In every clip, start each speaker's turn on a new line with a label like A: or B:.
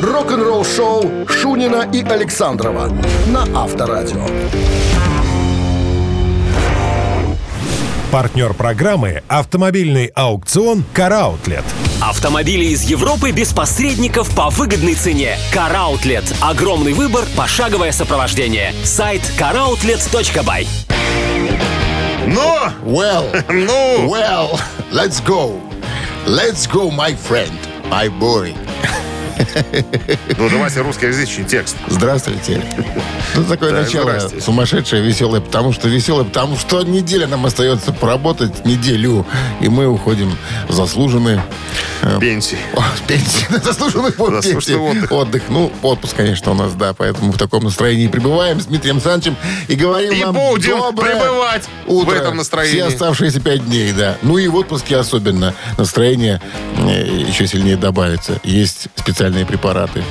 A: рок-н-ролл шоу Шунина и Александрова на Авторадио.
B: Партнер программы «Автомобильный аукцион «Караутлет».
C: Автомобили из Европы без посредников по выгодной цене. Караутлет. Огромный выбор, пошаговое сопровождение. Сайт caroutlet.by
D: Ну,
E: Well,
D: ну,
E: well, let's go. Let's go, my friend, my boy.
D: ну давайте русскоязычный текст.
E: Здравствуйте. Ну, такое
D: Да,
E: начало
D: здрасте.
E: сумасшедшее, веселое, потому что веселое, потому что неделя нам остается поработать, неделю, и мы уходим в заслуженный
D: Пенсии.
E: О, пенсии, на заслуженный отдых.
D: Заслуженный отдых.
E: отдых. Ну, отпуск, конечно, у нас, да, поэтому в таком настроении пребываем с Дмитрием Санчем и говорим
D: И
E: вам
D: будем
E: доброе
D: пребывать
E: утро.
D: в этом настроении.
E: Все оставшиеся пять дней, да. Ну и в отпуске особенно настроение э, еще сильнее добавится. Есть специальные препараты.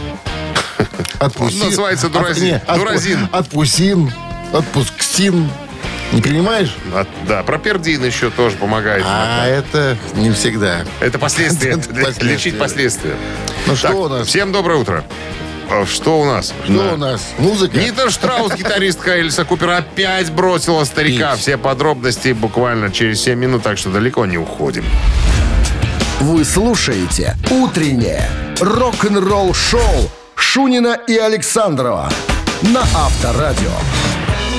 E: Отпусти.
D: Он называется
E: От-
D: дуразин.
E: не, отпу-
D: Дуразин.
E: Отпусин. Отпусксин. Не принимаешь?
D: А, да, пропердин еще тоже помогает.
E: А это не всегда.
D: Это последствия.
E: Это последствия.
D: Лечить последствия.
E: Ну что
D: Так,
E: у нас?
D: Всем доброе утро. А, Что у нас?
E: Что
D: Да.
E: у нас? Музыка?
D: Нита Штраус, гитаристка Эльса Купер, опять бросила старика.
E: Пить.
D: Все подробности буквально через 7 минут, так что далеко не уходим.
A: Вы слушаете «Утреннее рок-н-ролл-шоу» Шунина и Александрова на Авторадио.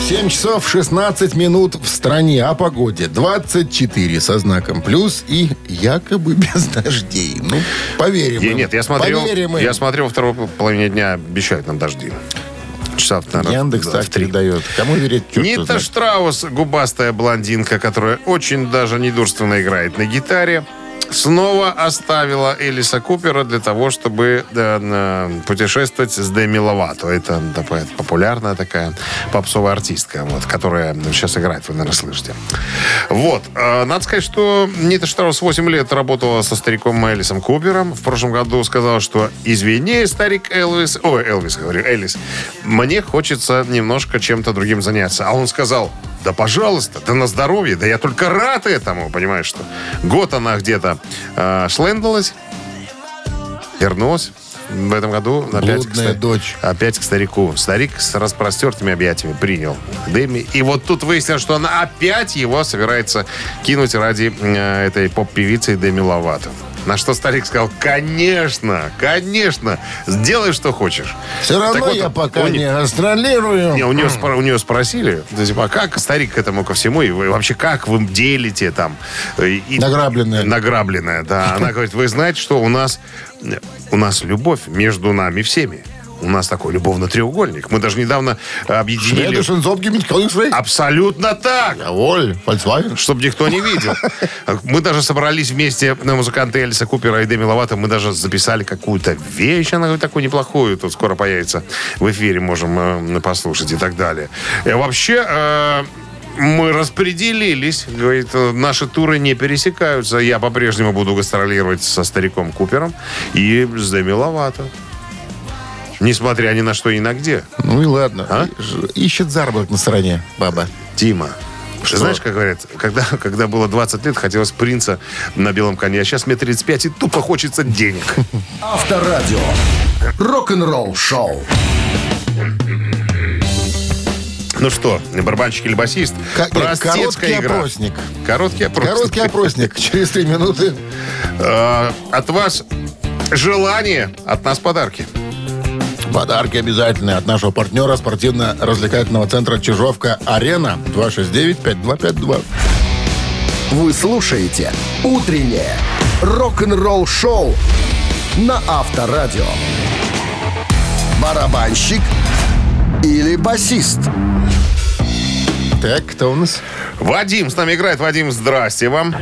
E: 7 часов 16 минут в стране. О погоде 24 со знаком плюс и якобы без дождей. Ну, поверим.
D: Е,
E: им.
D: нет, я смотрел,
E: Поверим им.
D: я смотрел во второй половине дня обещают нам дожди. Часа, наверное,
E: Яндекс
D: в
E: так
D: три.
E: передает. Кому верить? чё кто
D: Нита
E: знает.
D: Штраус, губастая блондинка, которая очень даже недурственно играет на гитаре, снова оставила Элиса Купера для того, чтобы э, на- путешествовать с Деми Ловато. Это такая популярная такая попсовая артистка, вот, которая сейчас играет, вы, наверное, слышите. Вот. э, Надо сказать, что Нита Штраус 8 лет работала со стариком Элисом Купером. В прошлом году сказала, что «Извини, старик Элвис...» Ой, Элвис, говорю, Элис. «Мне хочется немножко чем-то другим заняться». А он сказал «Да, пожалуйста, да на здоровье, да я только рад этому». Понимаешь, что год она где-то э, шлендалась, вернулась. В этом году опять, к
E: Блудная
D: ста-
E: дочь.
D: опять к старику. Старик с распростертыми объятиями принял Дэми. И вот тут выяснилось, что она опять его собирается кинуть ради э, этой поп-певицы Дэми Ловато. На что старик сказал, конечно, конечно, сделай, что хочешь.
E: Все равно
D: Так вот,
E: я пока
D: у
E: не
D: них-
E: гастролирую.
D: не, у нее, спро- у нее спросили, то есть, а как старик к этому ко всему, и вы вообще как вы делите там? э, и-
E: Награбленное.
D: Награбленное, да. Она говорит, вы знаете, что у нас, э, у нас любовь между нами всеми. У нас такой любовный треугольник. Мы даже недавно объединили...
E: Шведы, Шенцов, Гиммит, Калинсвей.
D: Абсолютно так!
E: А Воль, Фольксваген.
D: чтобы никто не видел. Мы даже собрались вместе на музыканты Эльса Купера и Деми Ловато. Мы даже записали какую-то вещь, она говорит, такую неплохую. Тут скоро появится в эфире, можем э, послушать и так далее. И вообще... э, мы распределились, говорит, э, наши туры не пересекаются. Я по-прежнему буду гастролировать со стариком Купером и с Деми Ловато. Несмотря ни на что и на где.
E: Ну и ладно.
D: А?
E: И- ж- Ищет заработок на стороне, баба.
D: Дима, ты знаешь, как говорят, когда, когда было 20 лет, хотелось принца на белом коне, а сейчас мне 35, и тупо хочется денег.
A: Авторадио. Рок-н-ролл-шоу.
D: Ну что, барабанщик или басист?
E: Как- нет, короткий
D: Простецкая игра.
E: опросник.
D: Короткий опросник.
E: Короткий опросник. Через три минуты.
D: Э, От вас желание, от нас подарки.
E: Подарки обязательные от нашего партнера спортивно-развлекательного центра «Чижовка-Арена» 269-5252.
A: Вы слушаете «Утреннее рок-н-ролл-шоу» на Авторадио. Барабанщик или басист?
E: Так, кто у нас?
D: Вадим с нами играет. Вадим, здрасте вам.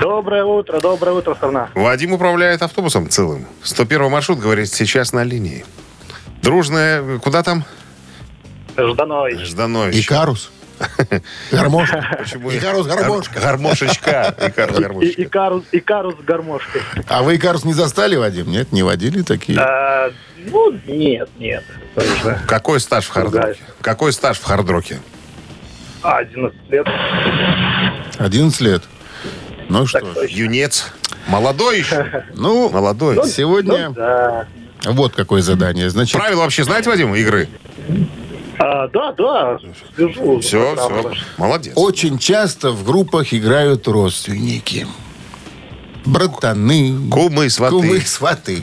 F: Доброе утро, доброе утро, страна.
D: Вадим управляет автобусом целым. 101 маршрут, говорит, сейчас на линии. Дружная, куда там?
F: Жданович.
D: Жданович.
E: Икарус. Гармошка. Икарус, гармошка.
D: Гармошечка. Икарус,
F: И,
D: гармошечка.
F: Икарус, Икарус с гармошкой.
E: А вы Икарус не застали, Вадим? Нет, не водили такие?
F: А, ну, нет, нет. конечно.
D: Какой стаж в хардроке?
F: Ругаюсь.
D: Какой стаж в хардроке?
F: А, 11 лет.
E: 11 лет. Ну что
F: Так
E: ж.
F: точно.
D: Юнец. Молодой еще.
E: Ну,
D: Молодой.
E: сегодня
F: Да.
D: ну.
E: Вот какое задание. Значит,
D: Правила вообще знаете, Вадим, игры?
F: А, да, да, слежу. за
E: Ну,
D: Все,
F: программой
D: все.
F: вашей.
D: Молодец.
E: очень часто в группах играют родственники. Братаны.
D: Кумы, сваты.
E: Кумы, сваты.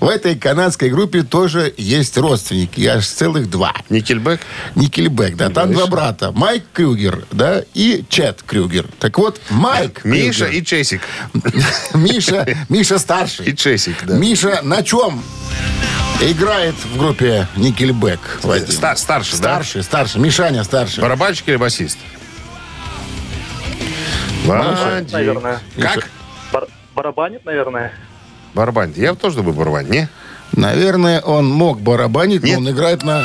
E: В этой канадской группе тоже есть родственники. Аж целых два.
D: Никельбек?
E: Никельбэк, да, там два брата. Майк Крюгер, да, и Чет Крюгер. Так вот, Майк
D: Э, Миша
E: Крюгер-
D: и Чесик.
E: Миша, Миша старший.
D: И Чесик, да.
E: Миша на чем играет в группе Никельбэк? Вадим?
D: Ста- старший, да?
E: Старший, старший. Мишаня старший.
D: Барабанщик или басист? Барабанщик.
F: Наверное.
D: Как?
F: Бар- барабанит, наверное.
D: Барабанит. Я тоже думаю барабанит, не?
E: Наверное, он мог барабанить,
D: Нет.
E: но он играет на,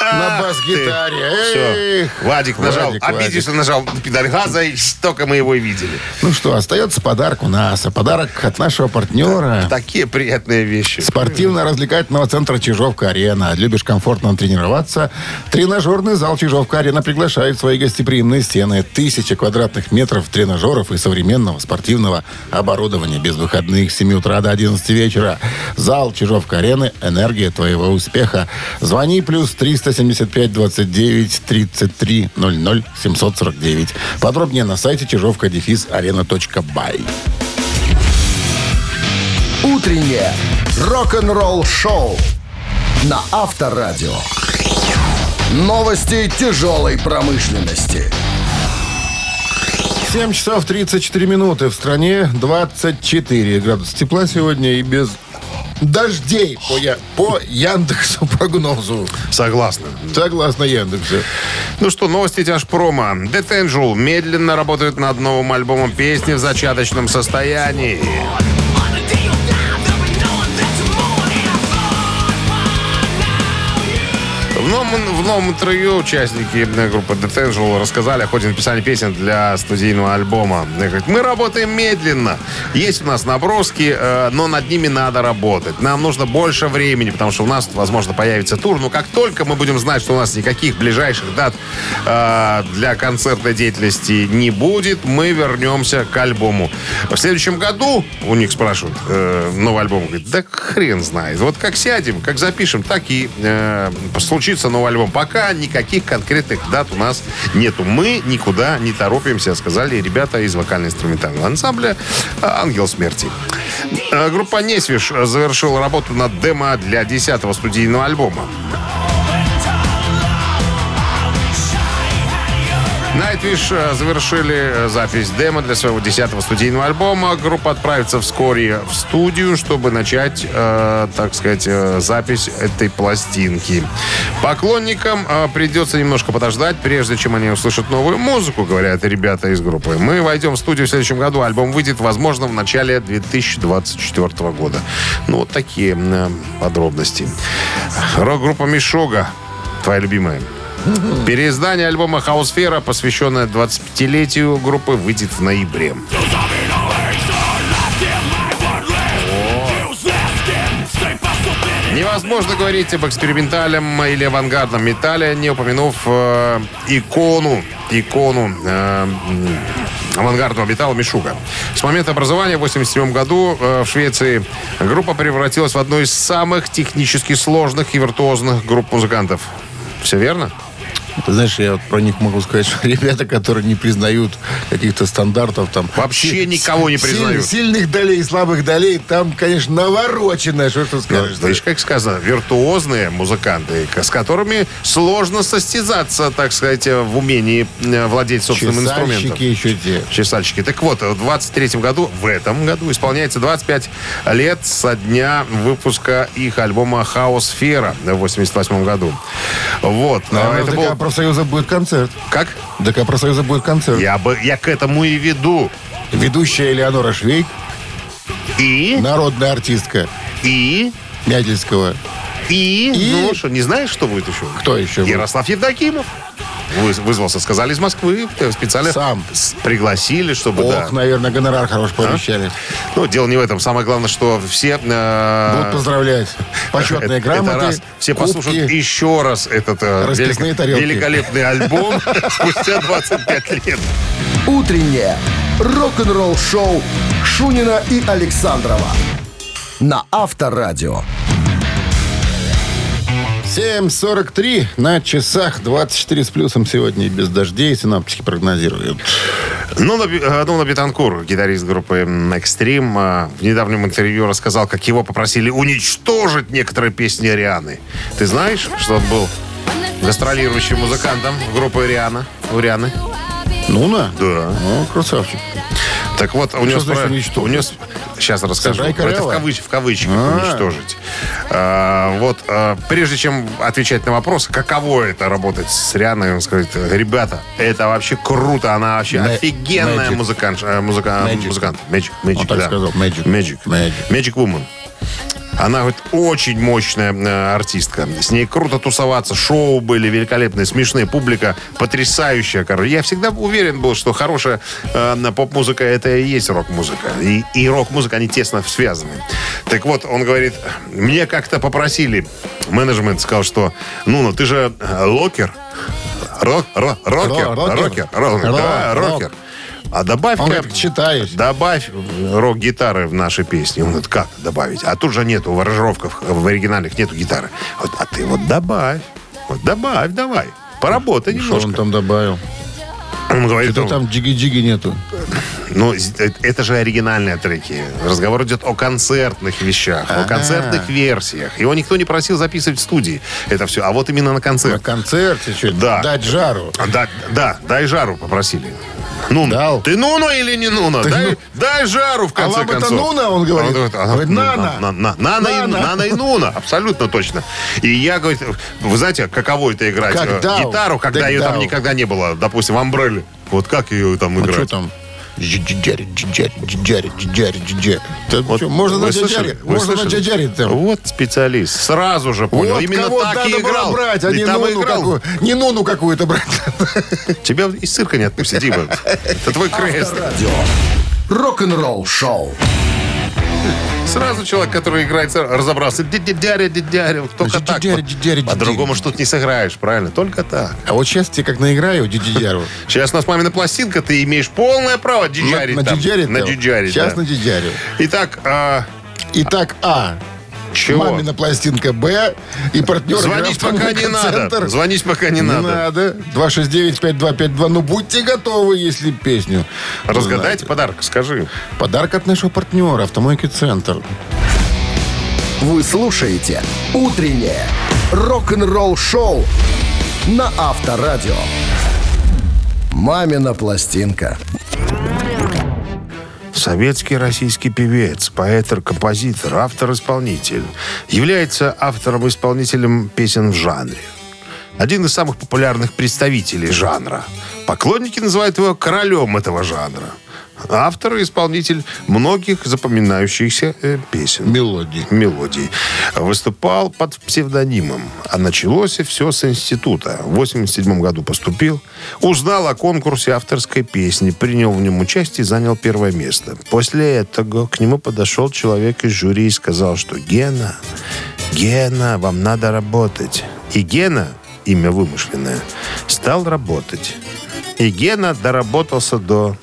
E: на бас-гитаре.
D: Все.
E: Эх,
D: Вадик нажал,
E: Вадик,
D: обиделся,
E: Вадик.
D: нажал педаль газа, и только мы его и видели.
E: Ну что, остается подарок у нас. А подарок от нашего партнера.
D: Такие приятные вещи.
E: Спортивно-развлекательного центра «Чижовка-арена». Любишь комфортно тренироваться? Тренажерный зал «Чижовка-арена» приглашает в свои гостеприимные стены. Тысячи квадратных метров тренажеров и современного спортивного оборудования. Без выходных с 7 утра до 11 вечера. Зал «Чижовка-арены» – энергия твоего успеха. Звони плюс 375-29-33-00-749. Подробнее на сайте чижовка-арена.бай.
A: Утреннее рок-н-ролл-шоу на Авторадио. Новости тяжелой промышленности.
E: 7 часов 34 минуты в стране, 24 градуса тепла сегодня и без дождей по, я- по Яндексу прогнозу.
D: Согласно.
E: Согласно Яндексу.
D: Ну что, новости тяжпрома. Death Angel медленно работают над новым альбомом песни в зачаточном состоянии. В новом, в новом интервью участники э, группы Death Angel рассказали о ходе написания песен для студийного альбома. Они говорят, Мы работаем медленно. Есть у нас наброски, э, но над ними надо работать. Нам нужно больше времени, потому что у нас, возможно, появится тур. Но как только мы будем знать, что у нас никаких ближайших дат э, для концертной деятельности не будет, мы вернемся к альбому. В следующем году, у них спрашивают, э, новый альбом, говорит, да хрен знает. Вот как сядем, как запишем, так и э, случится новый альбом. Пока никаких конкретных дат у нас нету. Мы никуда не торопимся, сказали ребята из вокально-инструментального ансамбля э, «Ангел смерти». Э, группа «Несвиш» завершила работу над демо для 10-го студийного альбома. Nightwish э, завершили э, запись демо для своего 10-го студийного альбома. Группа отправится вскоре в студию, чтобы начать, э, так сказать, э, запись этой пластинки. Поклонникам э, придется немножко подождать, прежде чем они услышат новую музыку, говорят ребята из группы. Мы войдем в студию в следующем году. Альбом выйдет, возможно, в начале 2024 года. Ну, вот такие э, подробности. Рок-группа Мишога, твоя любимая. Переиздание альбома «Хаосфера», посвященное 25-летию группы, выйдет в ноябре. Невозможно говорить об экспериментальном или авангардном металле, не упомянув э, икону, икону э, м, авангардного металла Мишуга. С момента образования в 1987 году э, в Швеции группа превратилась в одну из самых технически сложных и виртуозных групп музыкантов. Все верно?
E: Ты знаешь, я вот про них могу сказать, что ребята, которые не признают каких-то стандартов там...
D: Вообще
E: си-
D: никого не
E: си-
D: признают.
E: Сильных долей и слабых долей, там, конечно, навороченное, что ж ты скажешь.
D: Видишь, как сказано, виртуозные музыканты, к- с которыми сложно состязаться, так сказать, в умении э, владеть собственным
E: Чесальщики
D: инструментом.
E: еще те.
D: Чесальщики. Так вот, э, в 23 году, в этом году, исполняется 25 лет со дня выпуска их альбома «Хаосфера» в 88 году. Вот. А
E: Наверное,
D: это
E: в
D: был...
E: ДК профсоюза будет концерт.
D: Как?
E: В ДК профсоюза будет концерт.
D: Я, бы, я к этому и веду.
E: Ведущая Элеонора Швейк,
D: И,
E: народная артистка
D: и,
E: Мядельского.
D: и...
E: И?
D: Ну что, не знаешь, что будет еще?
E: Кто еще? был?
D: Ярослав Евдокимов вы- вызвался, сказали из Москвы, э, специально
E: Сам.
D: с- пригласили, чтобы
E: Ох,
D: да. А?
E: наверное, гонорар хорош пообещали.
D: Ну, дело не в этом. Самое главное, что все э,
E: Будут поздравлять.
D: это-
E: Почетные
D: это
E: грамоты,
D: раз. Все
E: кубки.
D: послушают еще раз этот э,
E: Расписные тарелки.
D: великолепный альбом спустя 25 лет.
A: Утреннее рок-н-ролл-шоу Шунина и Александрова на Авторадио.
E: 7.43 на часах 24 с плюсом сегодня и без дождей синаптики прогнозируют.
D: Нола, Би- э, Нола Бетанкур, гитарист группы Extreme, э, в недавнем интервью рассказал, как его попросили уничтожить некоторые песни Рианы. Ты знаешь, что он был гастролирующим музыкантом группы Риана? У Рианы?
E: Ну на.
D: Да.
E: Ну, красавчик.
D: Так вот, у него...
E: значит
D: спра-
E: уничтожить?
D: у него с- Сейчас расскажу.
E: Сыграй
D: Это в,
E: коряво.
D: кавыч- в кавычках
E: А.
D: уничтожить. А, вот, а, прежде чем отвечать на вопрос, каково это работать с Рианой, он скажет, ребята, это вообще круто, она вообще
E: Мэ-
D: офигенная
E: magic.
D: музыкант, музыка,
E: Magic.
D: музыкант. Magic, magic,
E: Он так
D: да.
E: сказал, magic.
D: Magic.
E: Magic.
D: Magic Woman. Она говорит, очень мощная э, артистка. С ней круто тусоваться. Шоу были великолепные, смешные. Публика потрясающая. Короче. Я всегда уверен был, что хорошая э, на поп-музыка это и есть рок-музыка. И, и рок-музыка, они тесно связаны. Так вот, он говорит, мне как-то попросили, менеджмент сказал, что, ну, ну ты же э, локер. Рок, ро- рокер,
E: Ро- рокер.
D: рокер, рок-
E: Ро-
D: да,
E: рок.
D: рокер. А добавь-ка...
E: Он говорит, читаешь.
D: Добавь рок-гитары в наши песни. Он говорит, как добавить? А тут же нету в аранжировках, в оригинальных нету гитары. Вот, а ты вот добавь. Вот добавь, давай. Поработай
E: Ну, Что он
D: немножко.
E: там добавил?
D: Он говорит,
E: Что там джиги-джиги нету?
D: ну, з- э, это же оригинальные треки. Разговор идет о концертных вещах, о концертных версиях. Его никто не просил записывать в студии это все. А вот именно на
E: На
D: концерт.
E: концерте чуть
D: Да.
E: дать жару.
D: А, Да, да, дай жару попросили. Ну,
E: Дал.
D: ты Нуно или не Нуно?
E: Ты
D: Дай,
E: ну-
D: дай жару в конце
E: А вам это
D: концов.
E: Нуно, он говорит?
D: а,
E: Говорит,
D: ну,
E: «Нана».
D: на- на- Нана и-
E: «Нана».
D: Нана и Нуно, абсолютно точно. И я, говорит, вы знаете, каково это играть
E: Как
D: э,
E: дау,
D: гитару, когда
E: так
D: ее там
E: дау.
D: никогда не было, допустим, в Амбрелле. Вот как ее там
E: Ну, что
D: играть?
E: там? Джи-джи-джари, джи-джари, джи-джари, джи-джари, джи-джари. Да
D: Вот
E: чё, Можно
D: вы
E: на
D: слышали?
E: джаджаре.
D: Вы
E: Можно на
D: слышали?
E: джаджаре там.
D: Вот специалист. Сразу же понял.
E: Вот
D: Именно
E: кого
D: так и
E: надо было
D: играл.
E: брать, а
D: И
E: не
D: там и
E: Нуну,
D: играл.
E: какую, не Нуну какую-то брать.
D: Тебя из цирка не отпустят, Дима. Это твой крест.
A: Рок-н-ролл шоу.
D: Сразу человек, который играет, сразу разобрался. Ди-ди-дяря, ди-дяря. Только
E: Значит,
D: так.
E: ди-дяря, ди-дяря, ди-дяря.
D: По-другому что тут не сыграешь, правильно? Только так.
E: А вот сейчас тебе как наиграю джиджару.
D: Сейчас у нас мамина пластинка, ты имеешь полное право диджарить
E: На
D: там.
E: джиджаре?
D: На диджарить,
E: Сейчас
D: да.
E: на джиджарю.
D: Итак, а,
E: Итак, А.
D: Чего?
E: Мамина пластинка Б. И партнер
D: звонить
E: «Графтон
D: пока не
E: Центр».
D: надо. Звонить пока не
E: Не
D: надо.
E: надо. 269-5252. Ну, будьте готовы, если песню.
D: Разгадайте
E: знаете.
D: подарок, скажи.
E: Подарок от нашего партнера «Автомойки Центр».
A: Вы слушаете «Утреннее рок-н-ролл-шоу» на Авторадио. «Мамина пластинка».
D: Советский российский певец, поэт, композитор, автор-исполнитель. Является автором-исполнителем песен в жанре. Один из самых популярных представителей жанра. Поклонники называют его королем этого жанра. Автор и исполнитель многих запоминающихся э, песен.
E: Мелодии.
D: мелодий. Выступал под псевдонимом. А началось все с института. В 87 году поступил. Узнал о конкурсе авторской песни. Принял в нем участие и занял первое место. После этого к нему подошел человек из жюри и сказал, что Гена, Гена, вам надо работать. И Гена, имя вымышленное, стал работать. И Гена доработался до...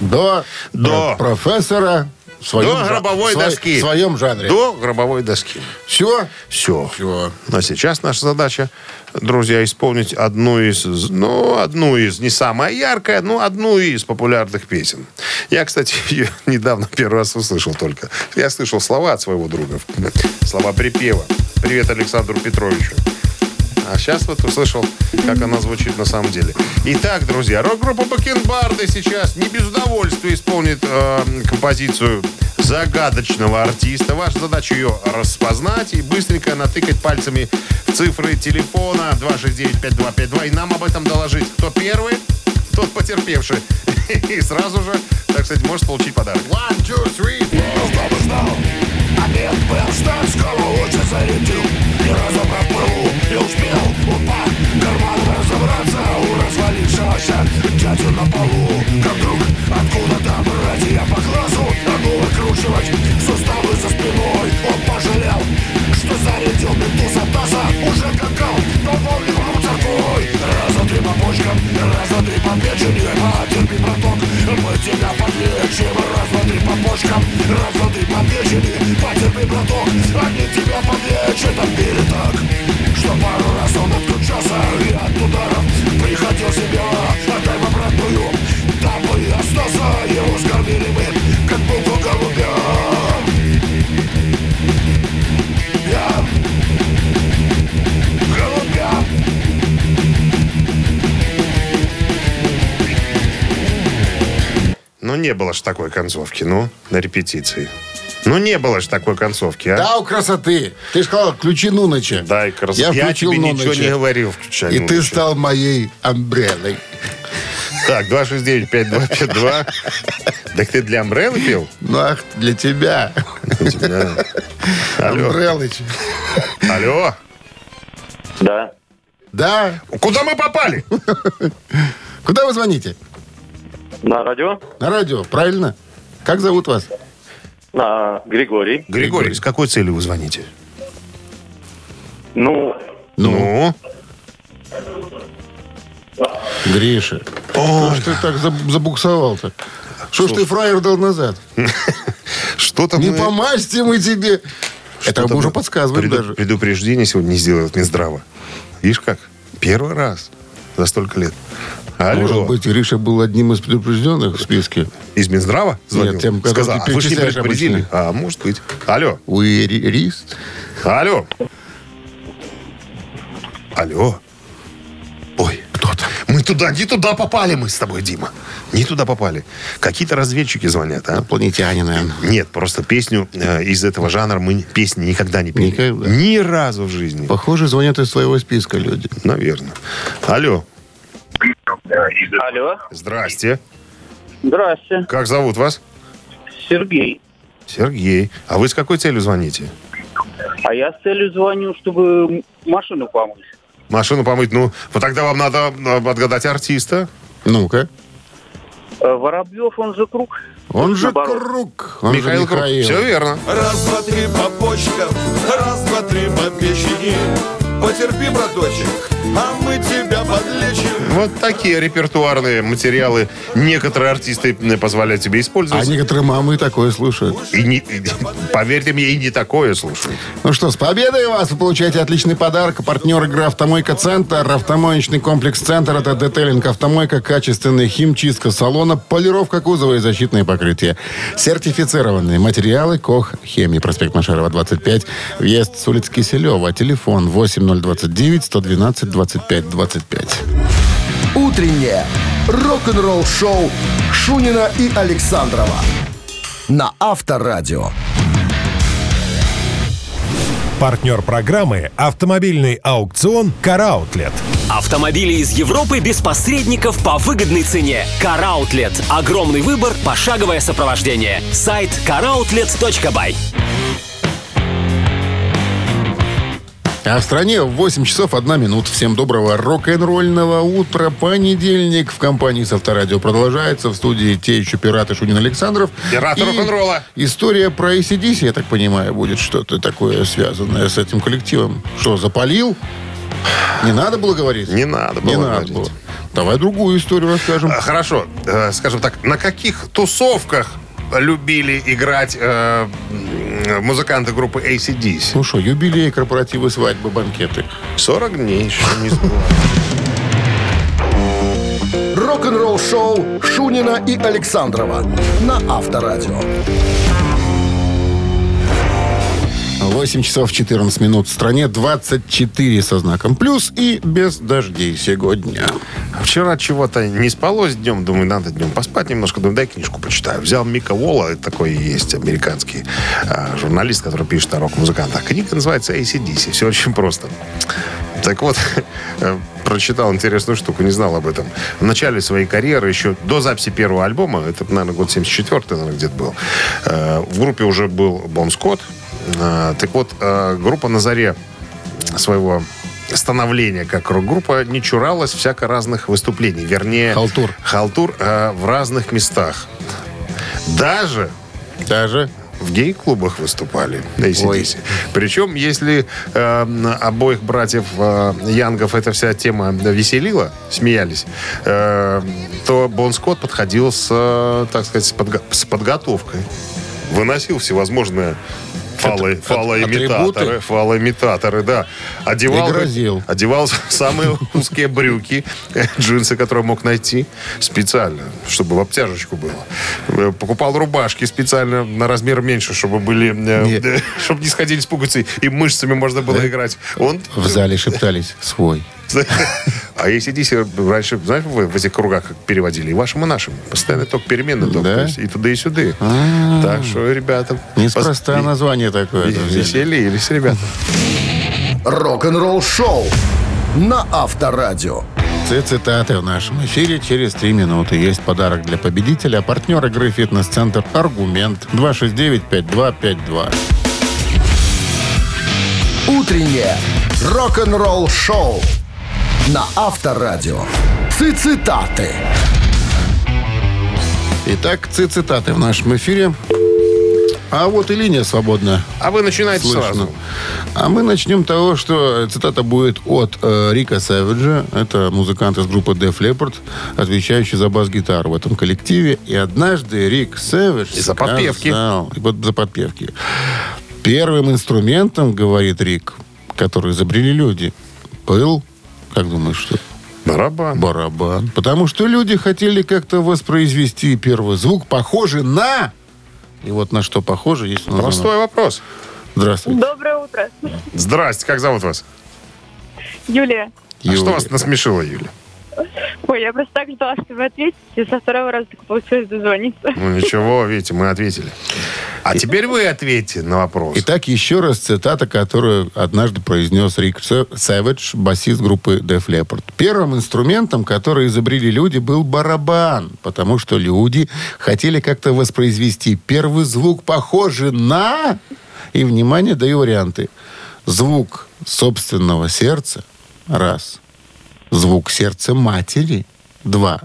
E: До,
D: До.
E: про- профессора в своем,
D: До
E: жа-
D: гробовой
E: в своем-
D: доски.
E: В своем жанре.
D: До гробовой доски.
E: Все?
D: Все.
E: Все.
D: А сейчас наша задача, друзья, исполнить одну из, ну, одну из, не самая яркая, но одну из популярных песен. Я, кстати, ее недавно первый раз услышал только. Я слышал слова от своего друга, слова припева. Привет Александру Петровичу. А сейчас вот услышал, как она звучит на самом деле. Итак, друзья, рок-группа Бакенбарды сейчас не без удовольствия исполнит э, композицию загадочного артиста. Ваша задача ее распознать и быстренько натыкать пальцами в цифры телефона 269-5252 и нам об этом доложить. Кто первый, тот потерпевший. И сразу же, так сказать, может получить подарок.
E: One, two, three, four.
G: что-то пили так Что пару раз он отключался и от ударов Приходил в себя, отдай в обратную Дабы остался, его скормили мы Как булку голубя Я Голубя
D: Ну, не было ж такой концовки, ну, на репетиции. Ну, не было ж такой концовки, а?
E: Да, у красоты. Ты же сказал, включи Нуныча.
D: Да, и крас-
E: Я, включил
D: тебе ничего
E: Нуныча.
D: не говорил, включай.
E: И
D: ну,
E: ты
D: ничего.
E: стал моей амбрелой.
D: Так, 269-5252. Так ты для Амбреллы пил?
E: Ну, ах, для тебя.
D: Да. Алло.
E: Амбрелыч.
D: Алло.
F: Да.
E: Да.
D: Куда мы попали?
E: Куда вы звоните?
F: На радио?
E: На радио, правильно? Как зовут вас?
F: На Григорий.
D: Григорий, с какой целью вы звоните?
F: Ну,
D: Ну?
E: Гриша. Что ж ты так заб- забуксовал-то? Что ж ты фраер дал назад?
D: Что-то
E: Не
D: мы-
E: по масти мы тебе. Это
D: что-то
E: мы уже
D: мы
E: подсказываем
D: преду-
E: даже.
D: Предупреждение сегодня не сделал Минздрава. Видишь как? Первый раз за столько лет. Алло.
E: Может быть, Гриша был одним из предупрежденных в списке.
D: Из Минздрава звонил?
E: Нет, тем, которым
D: Сказал,
E: ты
D: «А вы ж не
E: перечисляешь
D: предупредили. А, может быть. Алло.
E: Уэрист.
D: Алло. Алло. Ой, кто там? Мы туда, не туда попали мы с тобой, Дима. Не туда попали. Какие-то разведчики звонят, а?
E: Планетяне, наверное.
D: Нет, просто песню э, из этого жанра мы песни никогда не пели.
E: Никогда.
D: Ни разу в жизни.
E: Похоже, звонят из своего списка люди.
D: Наверное. Алло.
F: алло.
D: Здрасте.
F: Здрасте,
D: Как зовут вас?
F: Сергей.
D: Сергей. А вы с какой целью звоните?
F: А я с целью звоню, чтобы машину помыть.
D: Машину помыть? Ну, вот тогда вам надо э, отгадать артиста.
E: Ну-ка.
F: Э, Воробьев, он же круг.
E: Он же
F: Наоборот.
E: Круг. Он же
D: Круг.
E: Михаил.
D: Все верно.
G: Раз, два, три по почкам, раз, два, три по печени. Потерпи, браточек, а мы тебя подлечим.
D: Вот такие репертуарные материалы некоторые артисты э, позволяют себе
E: А
D: использовать.
E: некоторые мамы и такое слушают.
D: И не- и, поверьте мне, и не такое слушают.
E: Ну что, с победой вас! Вы получаете отличный подарок. Партнер игры «Автомойка Центр». Автомоечный комплекс «Центр» — это детейлинг автомойка, качественная химчистка салона, полировка кузова и защитные покрытия. Сертифицированные материалы «Кох Хемии». Проспект Машарова, 25. Въезд с улицы Киселева. Телефон 8029-112-25-25.
A: Утреннее рок-н-ролл-шоу Шунина и Александрова на Авторадио.
B: Партнер программы «Автомобильный аукцион «Караутлет».
C: Автомобили из Европы без посредников по выгодной цене. Караутлет. Огромный выбор, пошаговое сопровождение. Сайт караутлет.бай.
E: А в стране 8 часов 1 минут. Всем доброго рок-н-ролльного утра. Понедельник в компании с Авторадио продолжается. В студии те еще пираты Шунин Александров.
D: Пираты
E: И
D: рок-н-ролла.
E: История про ACDC, я так понимаю, будет что-то такое связанное с этим коллективом. Что, запалил? Не надо было говорить?
D: Не надо было
E: Не надо
D: говорить.
E: было. Давай другую историю расскажем.
D: А, Хорошо, э, скажем так, на каких тусовках любили играть э, м, музыканты группы ACDC?
E: Ну что, юбилей, корпоративы, свадьбы, банкеты.
D: 40 дней еще не сбылось.
A: Рок-н-ролл-шоу Шунина и Александрова на Авторадио.
E: 8 часов 14 минут в стране, 24 со знаком плюс и без дождей сегодня.
D: А Вчера чего-то не спалось днем, думаю, надо днем поспать немножко, думаю, дай книжку почитаю. Взял Мика Уолла, это такой есть американский а, журналист, который пишет о рок-музыкантах. Книга называется ACDC, все очень просто. Так вот, э, прочитал интересную штуку, не знал об этом. В начале своей карьеры, еще до записи первого альбома, это, наверное, год 74 наверное, где-то был, э, в группе уже был Бон Скотт. Э, Так вот, э, группа на заре своего становления как рок-группа не чуралась всяко разных выступлений. Вернее,
E: Халтур.
D: халтур э, в разных местах. Даже
E: Даже
D: в гей-клубах выступали ACDC.
E: Ой.
D: Причем, если э, обоих братьев э, Янгов эта вся тема веселила, смеялись, э, то Бон Скотт подходил с, э, так сказать, с, подго- с подготовкой. Выносил всевозможное Фалы,
E: Ат-
D: фалоимитаторы,
E: атрибуты?
D: фалоимитаторы, да. Одевал,
E: И грозил.
D: одевал самые узкие брюки, джинсы, которые мог найти, специально, чтобы в обтяжечку было. Э, Покупал рубашки специально на размер меньше, чтобы были, э,
E: Не.
D: чтобы не сходили с пуговицей, и мышцами можно было играть. Он
E: В зале шептались «свой».
D: а ACDC раньше, знаешь, вы в этих кругах как переводили? И вашим, и нашим. Постоянно ток переменный ток.
E: Да? А.
D: то есть и туда, и сюда. Так что, ребята...
E: Неспроста
D: пос-
E: название такое.
D: и- и- Веселились, ребята.
A: Рок-н-ролл шоу на Авторадио.
E: Все цитаты в нашем эфире через три минуты. Есть подарок для победителя. Партнер игры «Фитнес-центр Аргумент» 269-5252.
A: Утреннее рок-н-ролл шоу на Авторадио. Ци- Цитаты.
E: Итак, ци- цитаты в нашем эфире. А вот и линия свободна.
D: А вы начинаете
E: Слышно.
D: сразу.
E: А мы начнем с того, что э, цитата будет от э, Рика Сэвиджа. Это музыкант из группы Def Leppard, отвечающий за бас-гитару в этом коллективе. И однажды Рик Сэвидж
D: И за подпевки.
E: сказал- и вот за подпевки. Первым инструментом, говорит Рик, который изобрели люди, был, как думаешь, что?
D: Барабан.
E: Барабан. Потому что люди хотели как-то воспроизвести первый звук, похожий на... И вот на что похоже, есть... названо.
D: Простой вопрос.
E: Здравствуйте.
H: Доброе утро.
D: Здрасте, как зовут вас?
H: Юлия.
D: А что
E: Юлия.
D: вас насмешило, Юля?
H: Ой, я просто так ждала, что вы ответите. Со второго раза так получилось дозвониться.
D: Ну ничего, видите, мы ответили. А теперь вы ответьте на вопрос.
E: Итак, еще раз цитата, которую однажды произнес Рик Сэ- Сэвидж, басист группы Def Leppard. Первым инструментом, который изобрели люди, был барабан, потому что люди хотели как-то воспроизвести первый звук, похожий на... И, внимание, даю варианты. Звук собственного сердца – раз. Звук сердца матери – два.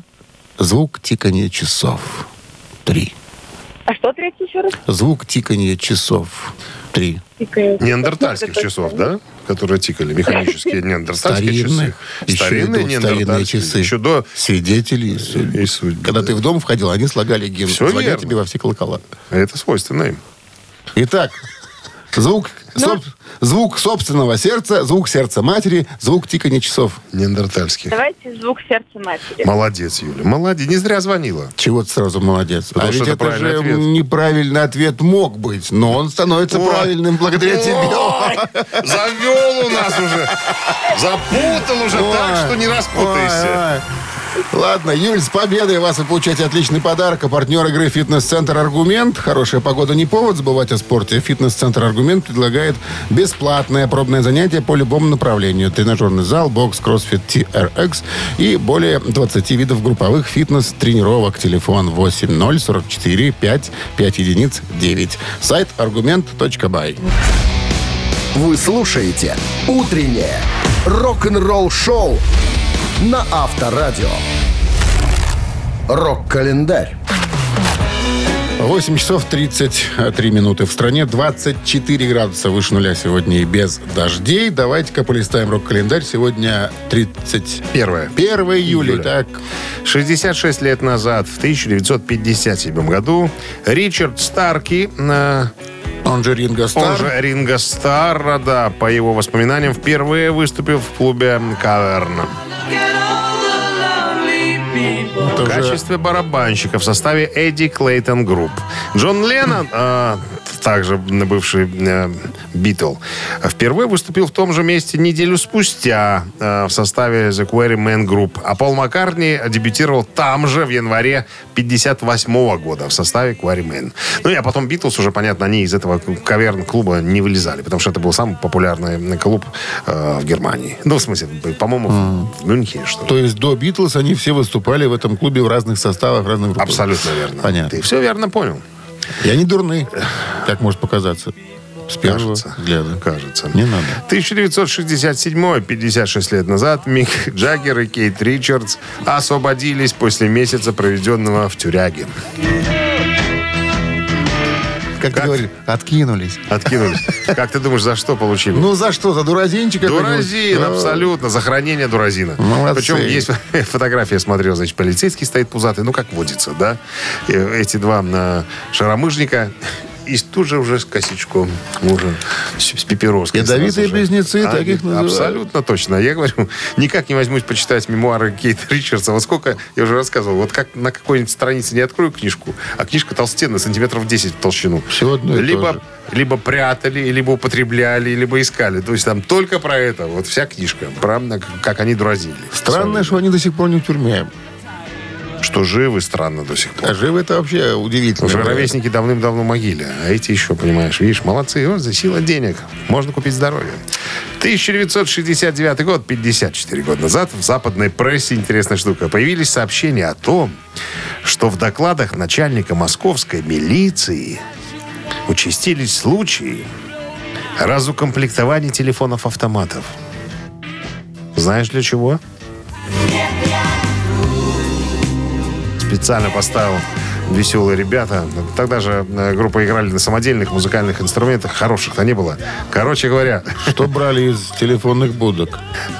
E: Звук тикания часов – три.
H: А что третий еще раз?
E: Звук тикания часов – три.
H: Тикаю.
D: Неандертальских
H: Это
D: часов, да? Которые тикали, механические неандертальские часы.
E: старинных,
D: Старинные
E: еще идут старинные
D: неандертальские.
E: часы.
D: Еще до Э,
E: свидетелей. и судьбы.
D: и судьбы,
E: Когда
D: да.
E: ты в дом входил, они слагали гимн.
D: Всё
E: звоня
D: верно.
E: тебе во все колокола.
D: Это свойственно им.
E: Итак, звук, соб- звук собственного сердца, звук сердца матери, звук тикания часов.
D: Неандертальских.
H: Давайте звук сердца матери.
D: Молодец, Юля. Молодец. Не зря звонила.
E: Чего ты сразу молодец.
D: Потому
E: а
D: что
E: ведь
D: это
E: это,
D: правильный ответ.
E: же неправильный ответ мог быть, но он становится
D: Вот.
E: правильным благодаря тебе.
D: Завел у нас уже. Запутал уже так,
E: Ой,
D: что не распутаешься.
E: ой, ой. Ладно, Юль, с победой вас вы получаете отличный подарок. А партнер игры «Фитнес-центр Аргумент». Хорошая погода не повод забывать о спорте. «Фитнес-центр Аргумент» предлагает бесплатное пробное занятие по любому направлению. Тренажерный зал, бокс, кроссфит, TRX и более 20 видов групповых фитнес-тренировок. Телефон 8044 5 5 единиц 9. Сайт аргумент.бай.
A: Вы слушаете «Утреннее рок-н-ролл-шоу» на Авторадио. Рок-календарь.
E: 8 часов 33 минуты в стране, 24 градуса выше нуля сегодня и без дождей. Давайте-ка полистаем рок-календарь. Сегодня 31
D: Первое.
E: июля.
D: Июля.
E: Так,
D: 66 лет назад, в 1957 году, Ричард Старки, э,
E: он же Ринго
D: он
E: Стар.
D: же Ринго Старра, да, по его воспоминаниям, впервые выступил в клубе «Каверн».
E: Это
D: В
E: уже
D: качестве барабанщика в составе Эдди Клейтон Групп. Джон Леннон, э, также бывший э, Битл, впервые выступил в том же месте неделю спустя э, в составе The Quarrymen Group. А Пол Маккартни дебютировал там же в январе 58 года в составе Quarrymen. Ну и а потом Битлз уже, понятно, они из этого каверн-клуба не вылезали, потому что это был самый популярный клуб э, в Германии. Ну, в смысле, по-моему, в Мюнхене, что ли.
E: То есть до Битлз они все выступали в этом клубе в разных составах, в разных группах.
D: Абсолютно верно.
E: Понятно.
D: Ты все верно понял.
E: И они дурны, как может показаться. С первого
D: Кажется.
E: взгляда.
D: Кажется.
E: Не надо.
D: 1967 56 лет назад, Мик Джаггер и Кейт Ричардс освободились после месяца, проведенного в тюряге.
E: Как, ты говоришь, откинулись.
D: Откинулись. Как ты думаешь, за что получили?
E: Ну за что? За дуразинчика?
D: Дуразин,
E: какого-нибудь?
D: абсолютно, за хранение дуразина.
E: Молодцы.
D: Причем есть фотография, смотрел, значит, полицейский стоит пузатый, ну, как водится, да? Э, Эти два э, шаромыжника И тут же уже с косячком мужа, с с папироской.
E: Ядовитые
D: сразу же.
E: близнецы, так их называют.
D: Абсолютно точно. Я говорю, никак не возьмусь почитать мемуары Кейта Ричардса. Вот сколько, я уже рассказывал, вот как на какой-нибудь странице не открою книжку, а книжка толстенная, сантиметров 10 в толщину.
E: Всё одно и то
D: либо,
E: же.
D: либо прятали, либо употребляли, либо искали. То есть там только про это. Вот вся книжка. Про на- как они дурозили.
E: Странно, что они до сих пор не в тюрьме.
D: Что живы, странно до сих пор.
E: А живы это вообще удивительно.
D: Потому что ровесники давным-давно в могиле. А эти еще, понимаешь, видишь, молодцы. Вот за сила денег. Можно купить здоровье. 1969 год, 54 года назад, в западной прессе интересная штука. Появились сообщения о том, что в докладах начальника московской милиции участились случаи разукомплектования телефонов-автоматов. Знаешь для чего? специально поставил веселые ребята. Тогда же э, группа играли на самодельных музыкальных инструментах. Хороших-то не было. Короче говоря,
E: Что брали из телефонных будок?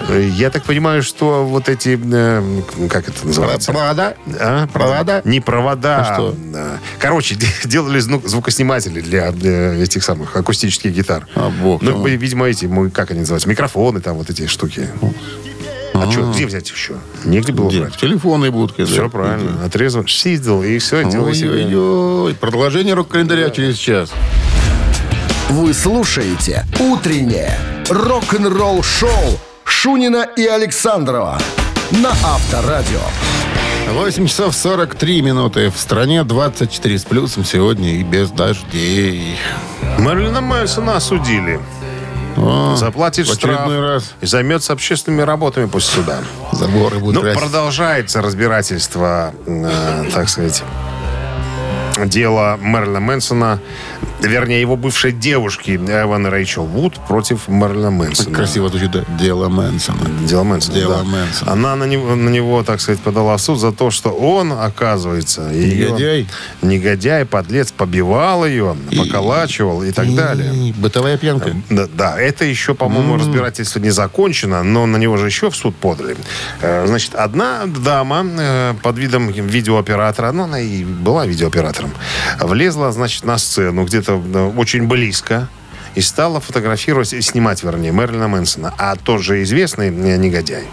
D: э, я так понимаю, что вот эти... э, Как это называется?
E: Правда?
D: А?
E: Провода?
D: Не провода.
E: А что?
D: а, Короче, де- делали зну- звукосниматели для, э, этих самых акустических гитар.
E: А, бог
D: ну,
E: ты
D: ви- видимо, эти, мы- как они называются, микрофоны там, вот эти штуки. А, что, где взять еще? Негде было
E: Где?
D: брать.
E: В телефонной будке. да.
D: Все правильно. Отрезал, съездил, и все, делай себе.
E: Ой-ой-ой. Продолжение рок-календаря через час.
A: Вы слушаете «Утреннее рок-н-ролл-шоу» Шунина и Александрова на Авторадио.
E: 8 часов 43 минуты. В стране 24 с плюсом сегодня и без дождей.
D: Марлина Мэнсона осудили.
E: О,
D: Заплатит
E: в
D: штраф
E: очередной раз
D: и займется общественными работами после суда.
E: заборы будут
D: Ну,
E: красить.
D: продолжается разбирательство, э, так сказать, дело Мэрилина Мэнсона, вернее, его бывшей девушки Эван Рэйчел Вуд против Мэрилина Мэнсона.
E: Красиво звучит да, дело Мэнсона.
D: Дело Мэнсона,
E: Дело
D: да.
E: Мэнсона.
D: Она на него, на него, так сказать, подала в суд за то, что он, оказывается, ее-
E: Негодяй.
D: негодяй, подлец, побивал ее, поколачивал и так далее.
E: И Бытовая пьянка.
D: Да, да, это еще, по-моему, разбирательство не закончено, но на него же еще в суд подали. Э, Значит, одна дама э, под видом видеооператора, ну, она и была видеооператором, влезла, значит, на сцену где-то э, очень близко и стала фотографировать, и снимать, вернее, Мэрилина Мэнсона. А тот же известный э, негодяй,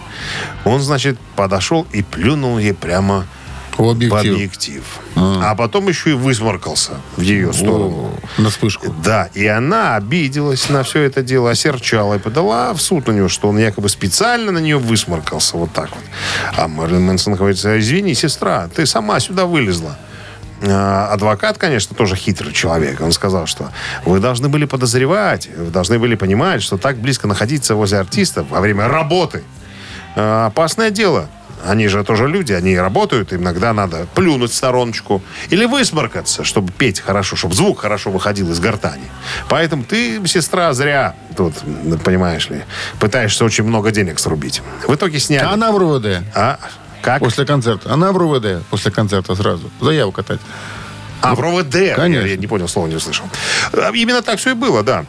D: он, значит, подошел и плюнул ей прямо
E: В
D: в
E: Объектив.
D: объектив. А потом еще и высморкался в ее сторону.
E: О, На вспышку.
D: Да, и она обиделась на все это дело, осерчала и подала в суд на него, что он якобы специально на нее высморкался вот так вот. А Мэрилин Мэнсон говорит, «А, извини, сестра, ты сама сюда вылезла. А, Адвокат, конечно, тоже хитрый человек. Он сказал, что вы должны были подозревать, вы должны были понимать, что так близко находиться возле артиста во время работы а, опасное дело. Они же тоже люди, они и работают, им иногда надо плюнуть в стороночку или высморкаться, чтобы петь хорошо, чтобы звук хорошо выходил из гортани. Поэтому ты, сестра, зря тут, понимаешь ли, пытаешься очень много денег срубить. В итоге сняли.
E: А Она в РУВД.
D: А? Как?
E: После концерта. Она в РУВД после концерта сразу. Заяву катать.
D: А, в РОВД.
E: Ну, Конечно.
D: Я не понял, слова не услышал. А, Именно так все и было, да.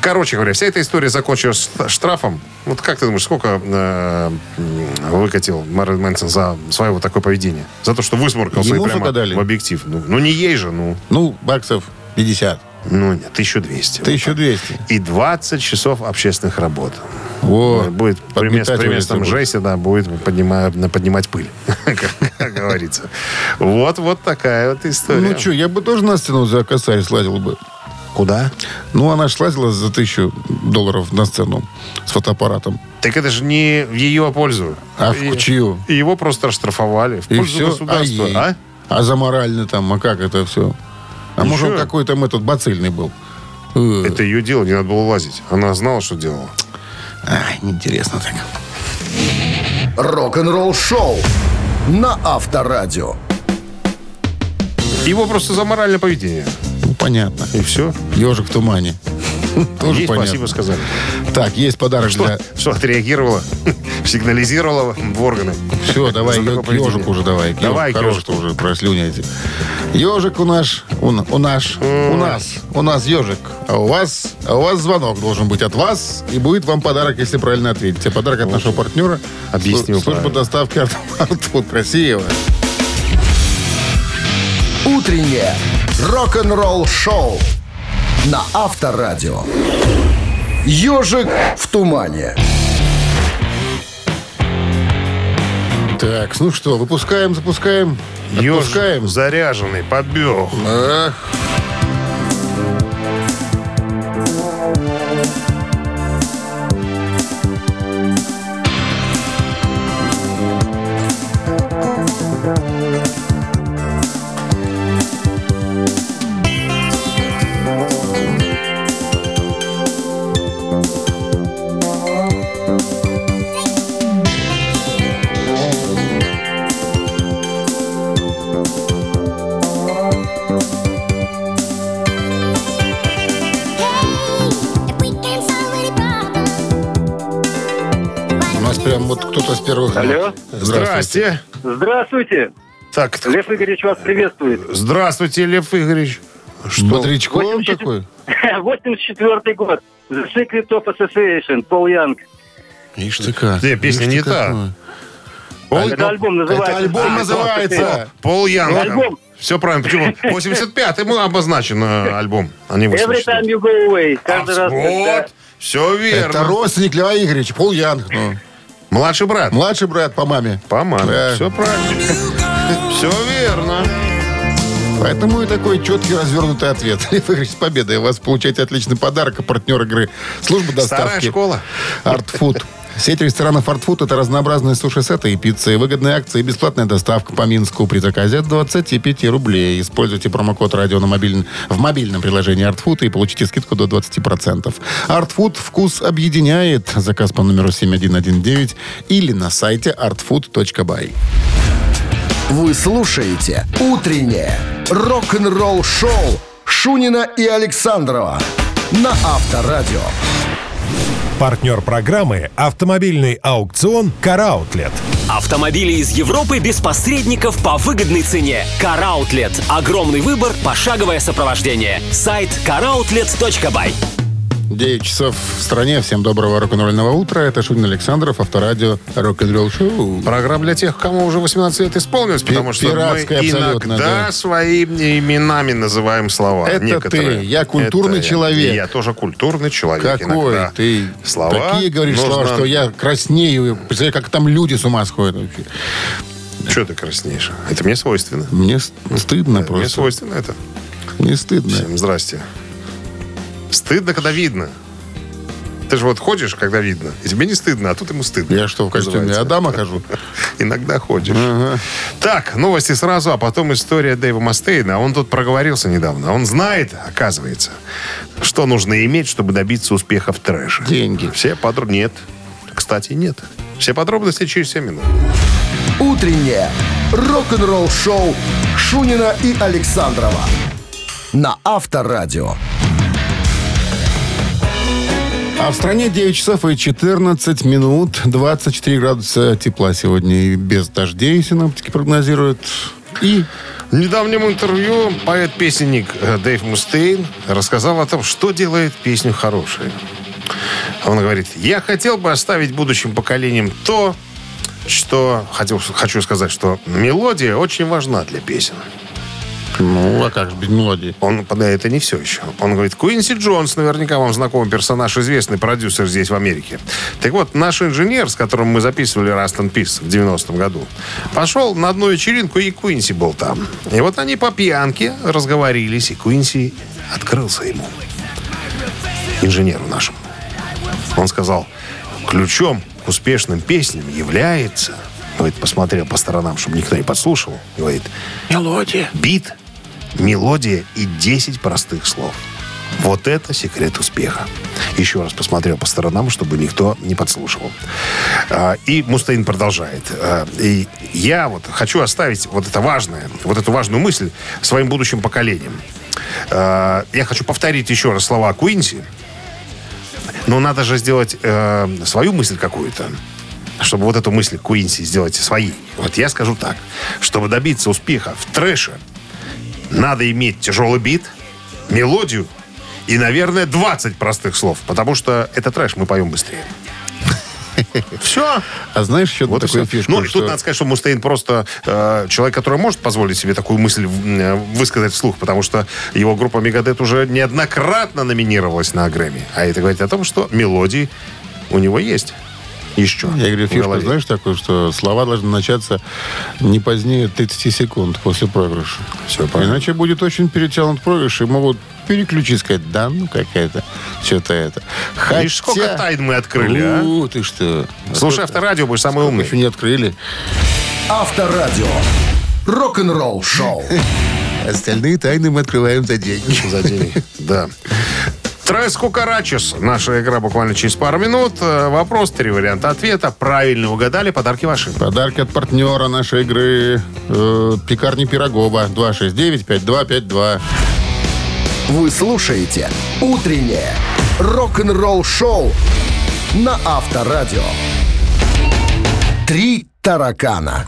D: Короче говоря, вся эта история закончилась ш- штрафом. Вот как ты думаешь, сколько э, м, выкатил Мэрил Мэнсон за своего такое поведение? За то, что высморкался
E: Ему
D: и прямо
E: загадали?
D: в объектив. Ну, ну, не ей же, ну.
E: Ну, баксов 50.
D: Ну, нет, 1200.
E: 1200.
D: И 20 часов общественных работ. Э,
E: Вот.
D: Будет примес,
E: Подметать
D: примесом
E: улицы будет.
D: жесть, да, будет поднимать, поднимать пыль, как, как говорится. Вот, вот такая вот история.
E: Ну что, я бы тоже на стену за косарь слазил бы.
D: куда?
E: Ну, она ж слазила за тысячу долларов на сцену с фотоаппаратом.
D: Так это же не в ее пользу.
E: А в
D: И-
E: чью?
D: И его просто штрафовали. В
E: И
D: пользу
E: все. А,
D: государства.
E: ей?
D: А?
E: А за морально там, а как это все? А
D: Ну
E: может, он
D: чё?
E: какой там этот бацильный был? Э,
D: Это ее дело, не надо было лазить. Она знала, что делала.
E: ай, А, неинтересно так.
A: Рок-н-ролл-шоу на Авторадио.
D: Его просто за моральное поведение.
E: Ну, понятно.
D: И все.
E: Ежик в тумане. Тоже
D: Ей
E: понятно.
D: спасибо сказали.
E: Так, есть подарок для...
D: Что отреагировала, сигнализировала в органы.
E: Все, давай,
D: За такое
E: ё-
D: поведение.
E: ежик уже давай.
D: Давай,
E: Хорош,
D: ежик.
E: что уже прослюняете. Ежик у нас, у, на- у наш, у нас, у нас ежик. А у вас, а у вас звонок должен быть от вас, и будет вам подарок, если правильно ответите. Подарок от нашего партнера.
D: Объяснил
E: Слу- Служба
D: правильно.
E: доставки «Артмарт» от Красиева.
A: «Утро Утреннее рок-н-ролл-шоу на Авторадио. «Ежик в тумане».
E: Так, ну что, выпускаем, запускаем,
D: Ёж
E: отпускаем.
D: заряженный, побег.
E: Эх. У нас прям вот кто-то с первых...
F: Алло.
D: Здрасте.
F: Здравствуйте.
D: Так,
F: Лев Игоревич вас приветствует.
D: здравствуйте, Лев Игоревич.
E: Что? Бодрячком
F: Восемь чет-
E: такой?
F: 84 год. The Secret of Association, Пол Янг.
E: Ишь ты как.
D: Не, песня
E: Ишь
D: не
E: ты
D: та.
E: какой.
F: Это альбом называется.
E: Ну, это альбом
F: «The Secret of
E: называется.
D: ну, Пол
F: Альбом.
D: Все правильно. Почему? 85-й обозначен э, альбом, а не
F: Association. Every time
D: 84.
F: you go away. Каждый
D: А,
F: раз, когда...
D: Вот, все верно.
E: Это родственник Льва Игоревича, Пол Янг. ну.
D: Младший брат.
E: Младший брат по маме.
D: По маме.
E: Да.
D: Все правильно. Все верно.
E: Поэтому и такой четкий развернутый ответ. Лев Игоревич, с победой вас получаете отличный подарок от партнер игры. Служба доставки.
D: Старая школа.
E: Артфуд. Сеть ресторанов «Артфуд» — это разнообразные суши-сеты и пиццы, выгодные акции и бесплатная доставка по Минску при заказе от 25 рублей. Используйте промокод «Радио» на мобильном, в мобильном приложении «Артфуд» и получите скидку до 20%. «Артфуд» — вкус объединяет. Заказ по номеру 7119 или на сайте artfood.by.
A: Вы слушаете «Утреннее рок-н-ролл-шоу» Шунина и Александрова на Авторадио.
B: Партнер программы «Автомобильный аукцион «Караутлет».
C: Автомобили из Европы без посредников по выгодной цене. Car Outlet. Огромный выбор, пошаговое сопровождение. Сайт caroutlet.by
E: 9 часов в стране. Всем доброго рок-н-ролльного утра. Это Шунин Александров, авторадио «Рок-н-ролл шоу».
D: Программа для тех, кому уже 18 лет исполнилось, потому что мы
E: пиратская абсолютно,
D: иногда
E: да.
D: своими именами называем слова.
E: Это
D: некоторые.
E: ты, я культурный
D: Это я.
E: человек.
D: И Я тоже культурный человек.
E: Какой
D: иногда.
E: ты?
D: Слова
E: Такие говоришь
D: нужно-
E: слова, что я краснею. Представляю, как там люди с ума сходят вообще.
D: Чё ты краснеешь? Это мне свойственно.
E: Мне с- стыдно
D: Э, Мне
E: просто.
D: свойственно это.
E: Мне стыдно.
D: Всем здрасте. Стыдно, когда видно. Ты же вот ходишь, когда видно. И тебе не стыдно, а тут ему стыдно.
E: Я что, в костюме
D: Называется.
E: Адама хожу?
D: Иногда ходишь. Так, новости сразу, а потом история Дэйва Мастейна. Он тут проговорился недавно. Он знает, оказывается, что нужно иметь, чтобы добиться успеха в трэше.
E: Деньги.
D: Все подробности... Нет. Кстати, нет. Все подробности через 7 минут.
A: «Утреннее рок-н-ролл-шоу» Шунина и Александрова на Авторадио.
E: А в стране 9 часов и 14 минут, 24 градуса тепла сегодня. И без дождей синоптики прогнозируют. И
D: В недавнем интервью поэт-песенник э, Дэйв Мустейн рассказал о том, что делает песню хорошей. Он говорит, я хотел бы оставить будущим поколениям то, что хотел, хочу сказать, что мелодия очень важна для песен.
E: ну, а как же без мелодии?
D: Он, да, это не все еще. Он говорит, Куинси Джонс, наверняка вам знакомый персонаж, известный продюсер здесь, в Америке. Так вот, наш инженер, с которым мы записывали Rust and Peace в 90-м году, пошел на одну вечеринку, и Куинси был там. И вот они по пьянке разговорились, и Куинси открылся ему. Инженеру нашему. Он сказал, ключом к успешным песням является... Говорит, посмотрел по сторонам, чтобы никто не подслушал. Говорит, бит, мелодия и 10 простых слов. Вот это секрет успеха. Еще раз посмотрел по сторонам, чтобы никто не подслушивал. А, И Мустейн продолжает. А, И я вот хочу оставить вот это важное, вот эту важную мысль своим будущим поколениям. А, Я хочу повторить еще раз слова Куинси, но надо же сделать э, свою мысль какую-то. Чтобы вот эту мысль Куинси сделать своей. Вот я скажу так. Чтобы добиться успеха в трэше, надо иметь тяжелый бит, мелодию и, наверное, 20 простых слов. Потому что это трэш, мы поем быстрее. Все.
E: А знаешь, еще
D: Вот и
E: такую
D: все.
E: фишку,
D: Ну, и
E: что-
D: тут надо сказать, что Мустейн просто э, человек, который может позволить себе такую мысль э, высказать вслух, потому что его группа Мегадет уже неоднократно номинировалась на Грэмми. А это говорит о том, что мелодии у него есть. Еще.
E: Я говорю,
D: в
E: фишка,
D: голове.
E: знаешь, такую, что слова должны начаться не позднее 30 секунд после проигрыша.
D: Всё, понятно.
E: Иначе будет очень перетянут проигрыш, и могут переключить, сказать, да, ну какая-то, что-то это. Хотя...
D: Видишь, сколько тайн мы открыли, а?
E: У, ты что?
D: Слушай авторадио, будешь самый умный.
E: Еще не открыли.
A: Авторадио. Рок-н-ролл шоу.
E: Остальные тайны мы открываем за деньги.
D: за день. Да. Трес Кукарачес. Наша игра буквально через пару минут. Э, Вопрос, три варианта ответа. Правильно угадали, подарки ваши.
E: Подарки от партнера нашей игры э, «Пекарни Пирогова» 269-5252.
A: Вы слушаете «Утреннее рок-н-ролл-шоу» на Авторадио. «Три таракана».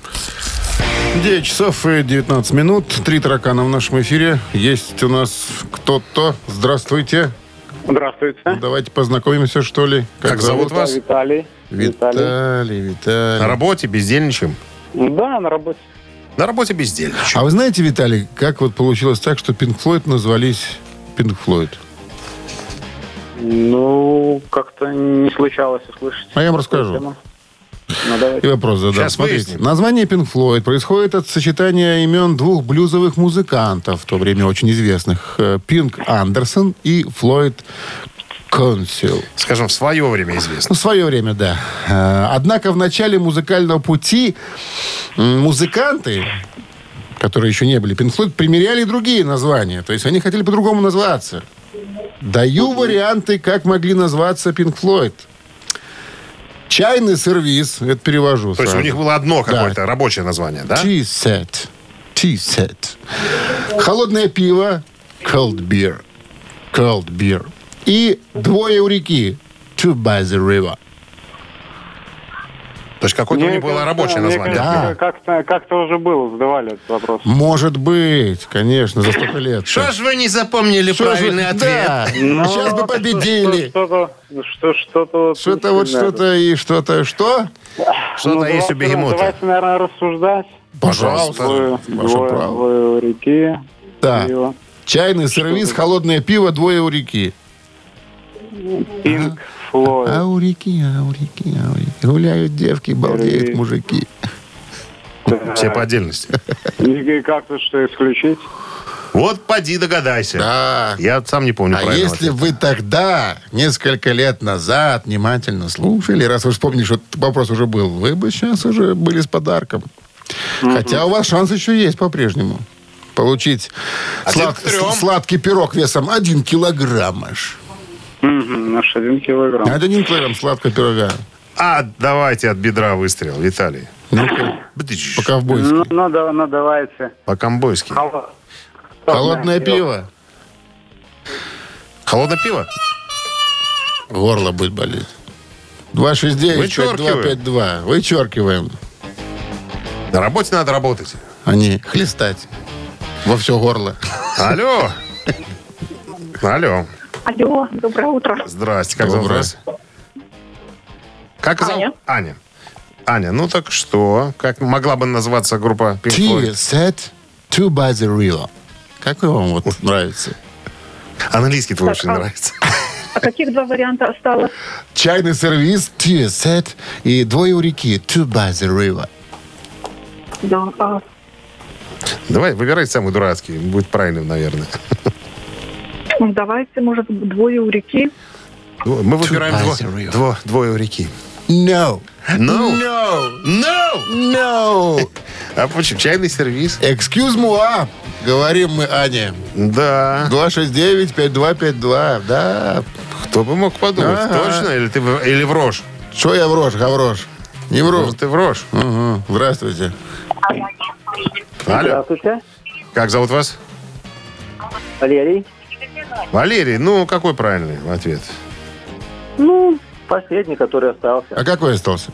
E: 9 часов и 19 минут. Три таракана в нашем эфире. Есть у нас кто-то. Здравствуйте.
F: Здравствуйте.
E: Давайте познакомимся, что ли.
D: Как зовут вас?
F: Виталий.
E: Виталий,
D: На
E: Виталий.
D: работе бездельничаем.
F: Да, на работе.
D: На работе бездельничаем.
E: А вы знаете, Виталий, как вот получилось так, что Пинк Флойд назвались Пинк Флойд?
F: Ну, как-то не случалось услышать.
E: А я вам расскажу.
F: Тему. Ну, давайте.
E: И вопрос задам.
D: Сейчас
E: Смотрите,
D: выясним.
E: название Pink Floyd происходит от сочетания имен двух блюзовых музыкантов, в то время очень известных. э, Пинк Андерсон и Флойд Консил.
D: Скажем, в свое время известно.
E: Ну, в свое время, да. Э, Однако в начале музыкального пути м, музыканты, которые еще не были Pink Floyd, примеряли другие названия. То есть они хотели по-другому назваться. Даю варианты, как могли назваться Pink Floyd. Чайный сервис, это перевожу
D: То есть у
E: сразу.
D: них было одно
E: Да.
D: какое-то рабочее название, да?
E: Tea-set. Tea-set. Холодное пиво. Cold beer. Cold beer. И двое у реки. Two by the river.
D: То есть какое-то у
F: Ну,
D: них было рабочее название.
E: Да.
F: Как-то, как-то уже было, задавали этот вопрос.
E: Может быть, конечно, за столько лет.
D: Что ж вы не запомнили
E: Что же-
D: правильный ответ?
E: Да,
F: Ну,
E: сейчас бы победили.
F: Что-то, что- что-то...
E: Что-то вот что-то и что-то что?
D: Что-то
F: Ну,
D: есть у
F: давайте-
D: бегемота.
F: Давайте, наверное, рассуждать.
E: Пожалуйста.
F: Двое,
E: Ваше
F: двое-
E: право. А.
F: двое у реки.
E: Да.
F: пиво.
E: Чайный сервис, холодное пиво, двое у реки.
F: Пинк Флойд.
E: А у реки, а у реки, а у реки. Гуляют девки, балдеют
F: Реки.
E: мужики.
D: Все по отдельности.
F: И как-то что исключить?
D: Вот поди догадайся.
E: Да.
D: Я сам не помню
E: А
D: правильного
E: если
D: ответа.
E: вы тогда, несколько лет назад, внимательно слушали, раз вы вспомнили, что этот вопрос уже был, вы бы сейчас уже были с подарком. Хотя у вас шанс еще есть по-прежнему. Получить
D: Один
E: слад-
D: к трем.
E: с- сладкий пирог весом 1 килограмм аж.
F: Мгм, Наш один килограмм.
E: Это не килограмм сладкого пирога.
D: А, давайте от бедра выстрел, Виталий.
E: Ну-ка,
D: Бдыщ.
E: по-ковбойски.
F: Ну, ну, да, ну, давайте.
D: По-камбойски.
F: Алло.
E: Холодное пиво.
D: Холодное пиво?
E: Горло будет болеть.
D: Вычеркиваем.
E: 269-5252. Вычеркиваем.
D: На работе надо работать.
E: А не хлестать во все горло.
D: Алло. Алло.
H: Алло, доброе утро.
D: Здрасте, как зовут
E: Доброе.
D: вас? Как
H: Аня.
D: зовут? Аня. Аня, ну так что? Как могла бы называться группа Pink
E: Tea
D: Floyd?
E: set to by the river. Какой вам вот нравится?
D: Английский твой очень нравится.
H: А каких два варианта осталось?
E: Чайный сервис tea set и двое у реки to by the river.
H: Да, а,
D: Давай, выбирай самый дурацкий. Будет правильным, наверное.
H: ну, давайте, может, двое у реки.
D: Мы выбираем
E: by
D: дво-
E: the river.
D: дво- двое у реки.
E: No.
D: No.
E: No.
D: No!
E: No.
D: А почему? Чайный сервис?
E: Excuse moi. Говорим мы Ане.
D: Да.
E: 269-5252. Да.
D: Кто бы мог подумать?
E: Ага.
D: Точно? Или ты в- или врешь?
E: Что я врожь, гаврош? Не вру.
D: Может, ты врешь.
E: Мгм. Здравствуйте.
D: Алло.
F: Здравствуйте.
D: Как зовут вас?
F: Валерий.
D: Валерий. Ну, какой правильный ответ?
F: Ну, последний, который остался.
E: А какой остался?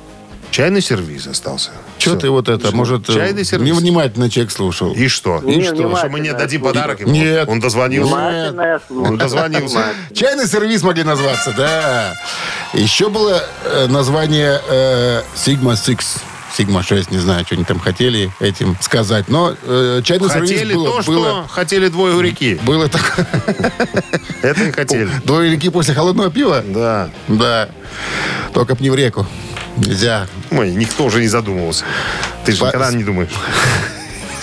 D: Чайный сервис остался.
E: Что ты вот это, может, э,
D: Чайный сервис?
E: невнимательно человек слушал?
D: И Ну, что?
E: И
F: Не,
E: что?
F: внимательно
D: Что мы не дадим
F: слушаю.
D: подарок ему?
E: Нет.
D: Он дозвонился.
E: Нет.
F: Внимательно я слушаю.
D: Он дозвонился.
E: Чайный сервис могли назваться, да. Еще было э, название э, Sigma Six. Sigma 6, не знаю, что они там хотели этим сказать. Но э, чайный
D: Хотели
E: сервис было,
D: то, что
E: было,
D: хотели двое у реки.
E: было такое.
D: Это и хотели.
E: Двое реки после холодного пива?
D: Да.
E: Да. Только б не в реку. Нельзя.
D: Ой, никто уже не задумывался. Ты же
E: По-
D: никогда не думаешь.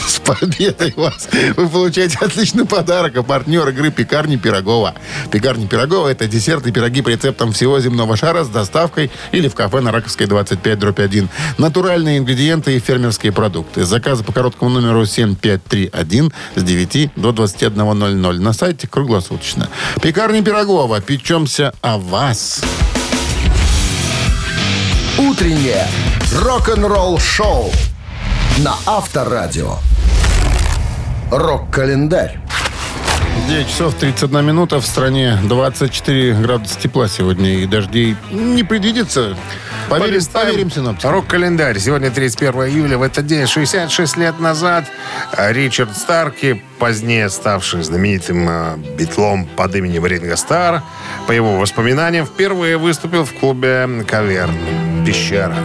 E: С победой вас! Вы получаете отличный подарок. А партнер игры «Пекарни Пирогова». «Пекарни Пирогова» — это десерты и пироги по рецептам всего земного шара с доставкой или в кафе на Раковской 25, дробь 1. Натуральные ингредиенты и фермерские продукты. Заказы по короткому номеру 7531 с 9 до 21.00 на сайте круглосуточно. «Пекарни Пирогова». Печемся о вас.
A: Утреннее рок-н-ролл-шоу на Авторадио. Рок-календарь.
E: 9 часов 31 минута в стране. 24 градуса тепла сегодня. И дождей не предвидится. Поверим,
D: Полистаем.
E: поверим синоптикам.
D: Рок-календарь. Сегодня 31 июля. В этот день, 66 лет назад, Ричард Старки, позднее ставший знаменитым э, битлом под именем Ринго Стар, по его воспоминаниям, впервые выступил в клубе «Каверн» «Пещера».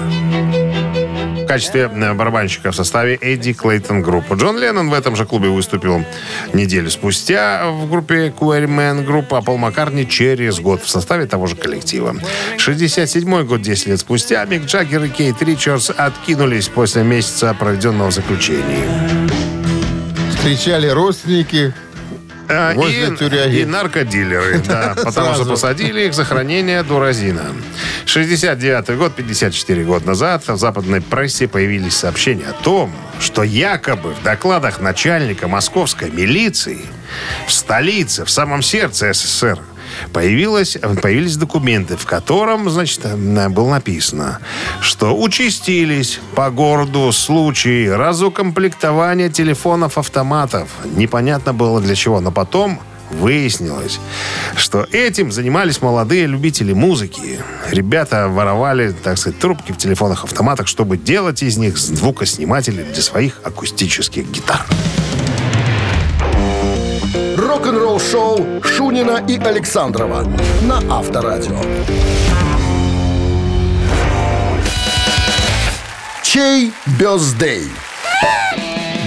D: В качестве э, барабанщика в составе Эдди Клейтон группы. Джон Леннон в этом же клубе выступил неделю спустя в группе Quarrymen группа, а Пол Маккартни через год в составе того же коллектива. 67 год, 10 лет спустя, Мик Джаггер и Кейт Ричардс откинулись после месяца проведенного заключения.
E: Встречали родственники.
D: А,
E: Возле
D: и,
E: тюряги.
D: и наркодилеры, да, потому что
E: Сразу.
D: посадили их за хранение дуразина. 69 год, 54 года назад в западной прессе появились сообщения о том, что якобы в докладах начальника московской милиции в столице, в самом сердце СССР, Появилось, появились документы, в котором, значит, э, было написано, что участились по городу случаи разукомплектования телефонов-автоматов. Непонятно было для чего, но потом выяснилось, что этим занимались молодые любители музыки. Ребята воровали, так сказать, трубки в телефонах-автоматах, чтобы делать из них звукосниматели для своих акустических гитар.
A: Рок-н-ролл-шоу Шунина и Александрова на Авторадио. Чей бездей?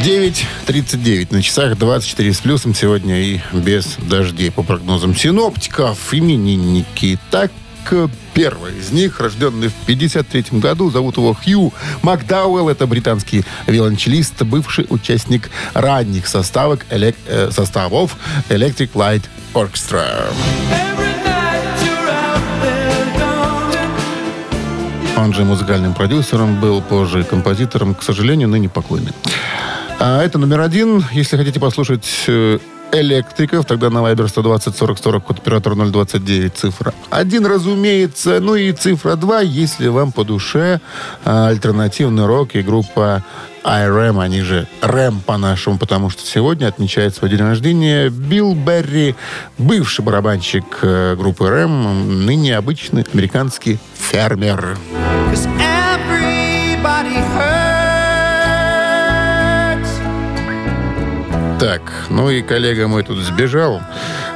E: 9.39 на часах, 24 с плюсом сегодня и без дождей. По прогнозам синоптиков, именинники. Так, э, первый из них, рожденный в 53 году, зовут его Хью Макдауэлл. Это британский виолончелист, бывший участник ранних составок элек- э, составов Electric Light Orchestra. Он же музыкальным продюсером был, позже композитором, к сожалению, ныне покойный. А это номер один. Если хотите послушать э, электриков, тогда на Viber 120 40 40, код оператора 029, цифра 1, разумеется. Ну и цифра 2, если вам по душе э, альтернативный рок и группа IRM, они же рэм по-нашему, потому что сегодня отмечает свой день рождения Билл Берри, бывший барабанщик э, группы рэм, ныне обычный американский фермер. Так, ну и коллега мой тут сбежал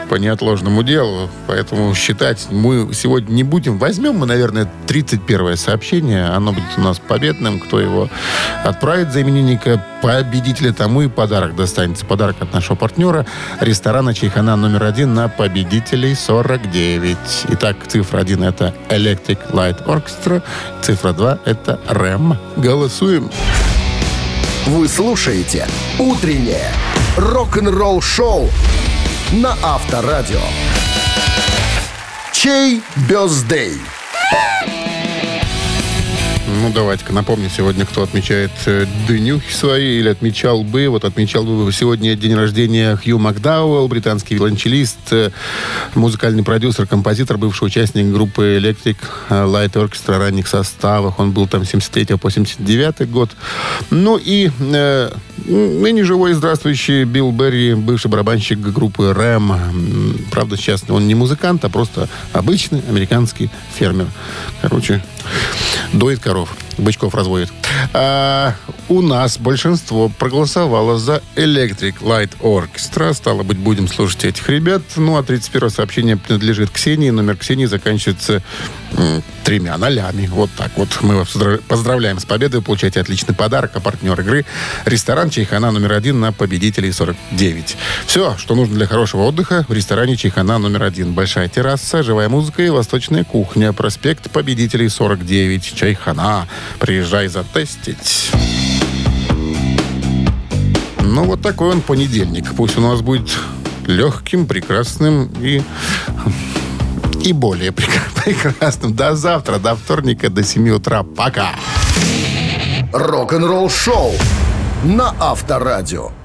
E: по неотложному делу, поэтому считать мы сегодня не будем. Возьмем мы, наверное, 31 сообщение, оно будет у нас победным. Кто его отправит за именинника победителя, тому и подарок достанется. Подарок от нашего партнера ресторана «Чайхана» номер один на победителей 49. Итак, цифра 1 – это Electric Light Orchestra, цифра 2 – это РЭМ. Голосуем.
A: Вы слушаете «Утреннее рок-н-ролл-шоу» на Авторадио. Чей бездей?
E: Ну, давайте-ка напомним сегодня, кто отмечает э, днюхи свои или отмечал бы. Вот отмечал бы сегодня день рождения Хью Макдауэлл, британский виолончелист, э, музыкальный продюсер, композитор, бывший участник группы Electric Light Orchestra в ранних составах. Он был там с 73 по 79 год. Ну и э, ныне живой и здравствующий Билл Берри, бывший барабанщик группы Рэм. М, Правда, сейчас он не музыкант, а просто обычный американский фермер. Короче, доит коров. бычков разводит. А, у нас большинство проголосовало за Electric Light Orchestra. Стало быть, будем слушать этих ребят. Ну, а 31 сообщение принадлежит Ксении. Номер Ксении заканчивается м, тремя нолями. Вот так вот. Мы вас поздра- поздравляем с победой. Вы Получаете отличный подарок. А партнер игры – ресторан «Чайхана» номер один на победителей 49. Все, что нужно для хорошего отдыха в ресторане «Чайхана» номер один. Большая терраса, живая музыка и восточная кухня. Проспект Победителей 49. Чайхана. Приезжай затестить. Ну, вот такой он понедельник. Пусть у нас будет легким, прекрасным и... И более прек- прекрасным. До завтра, до вторника, до 7 утра. Пока!
A: Рок-н-ролл шоу на Авторадио.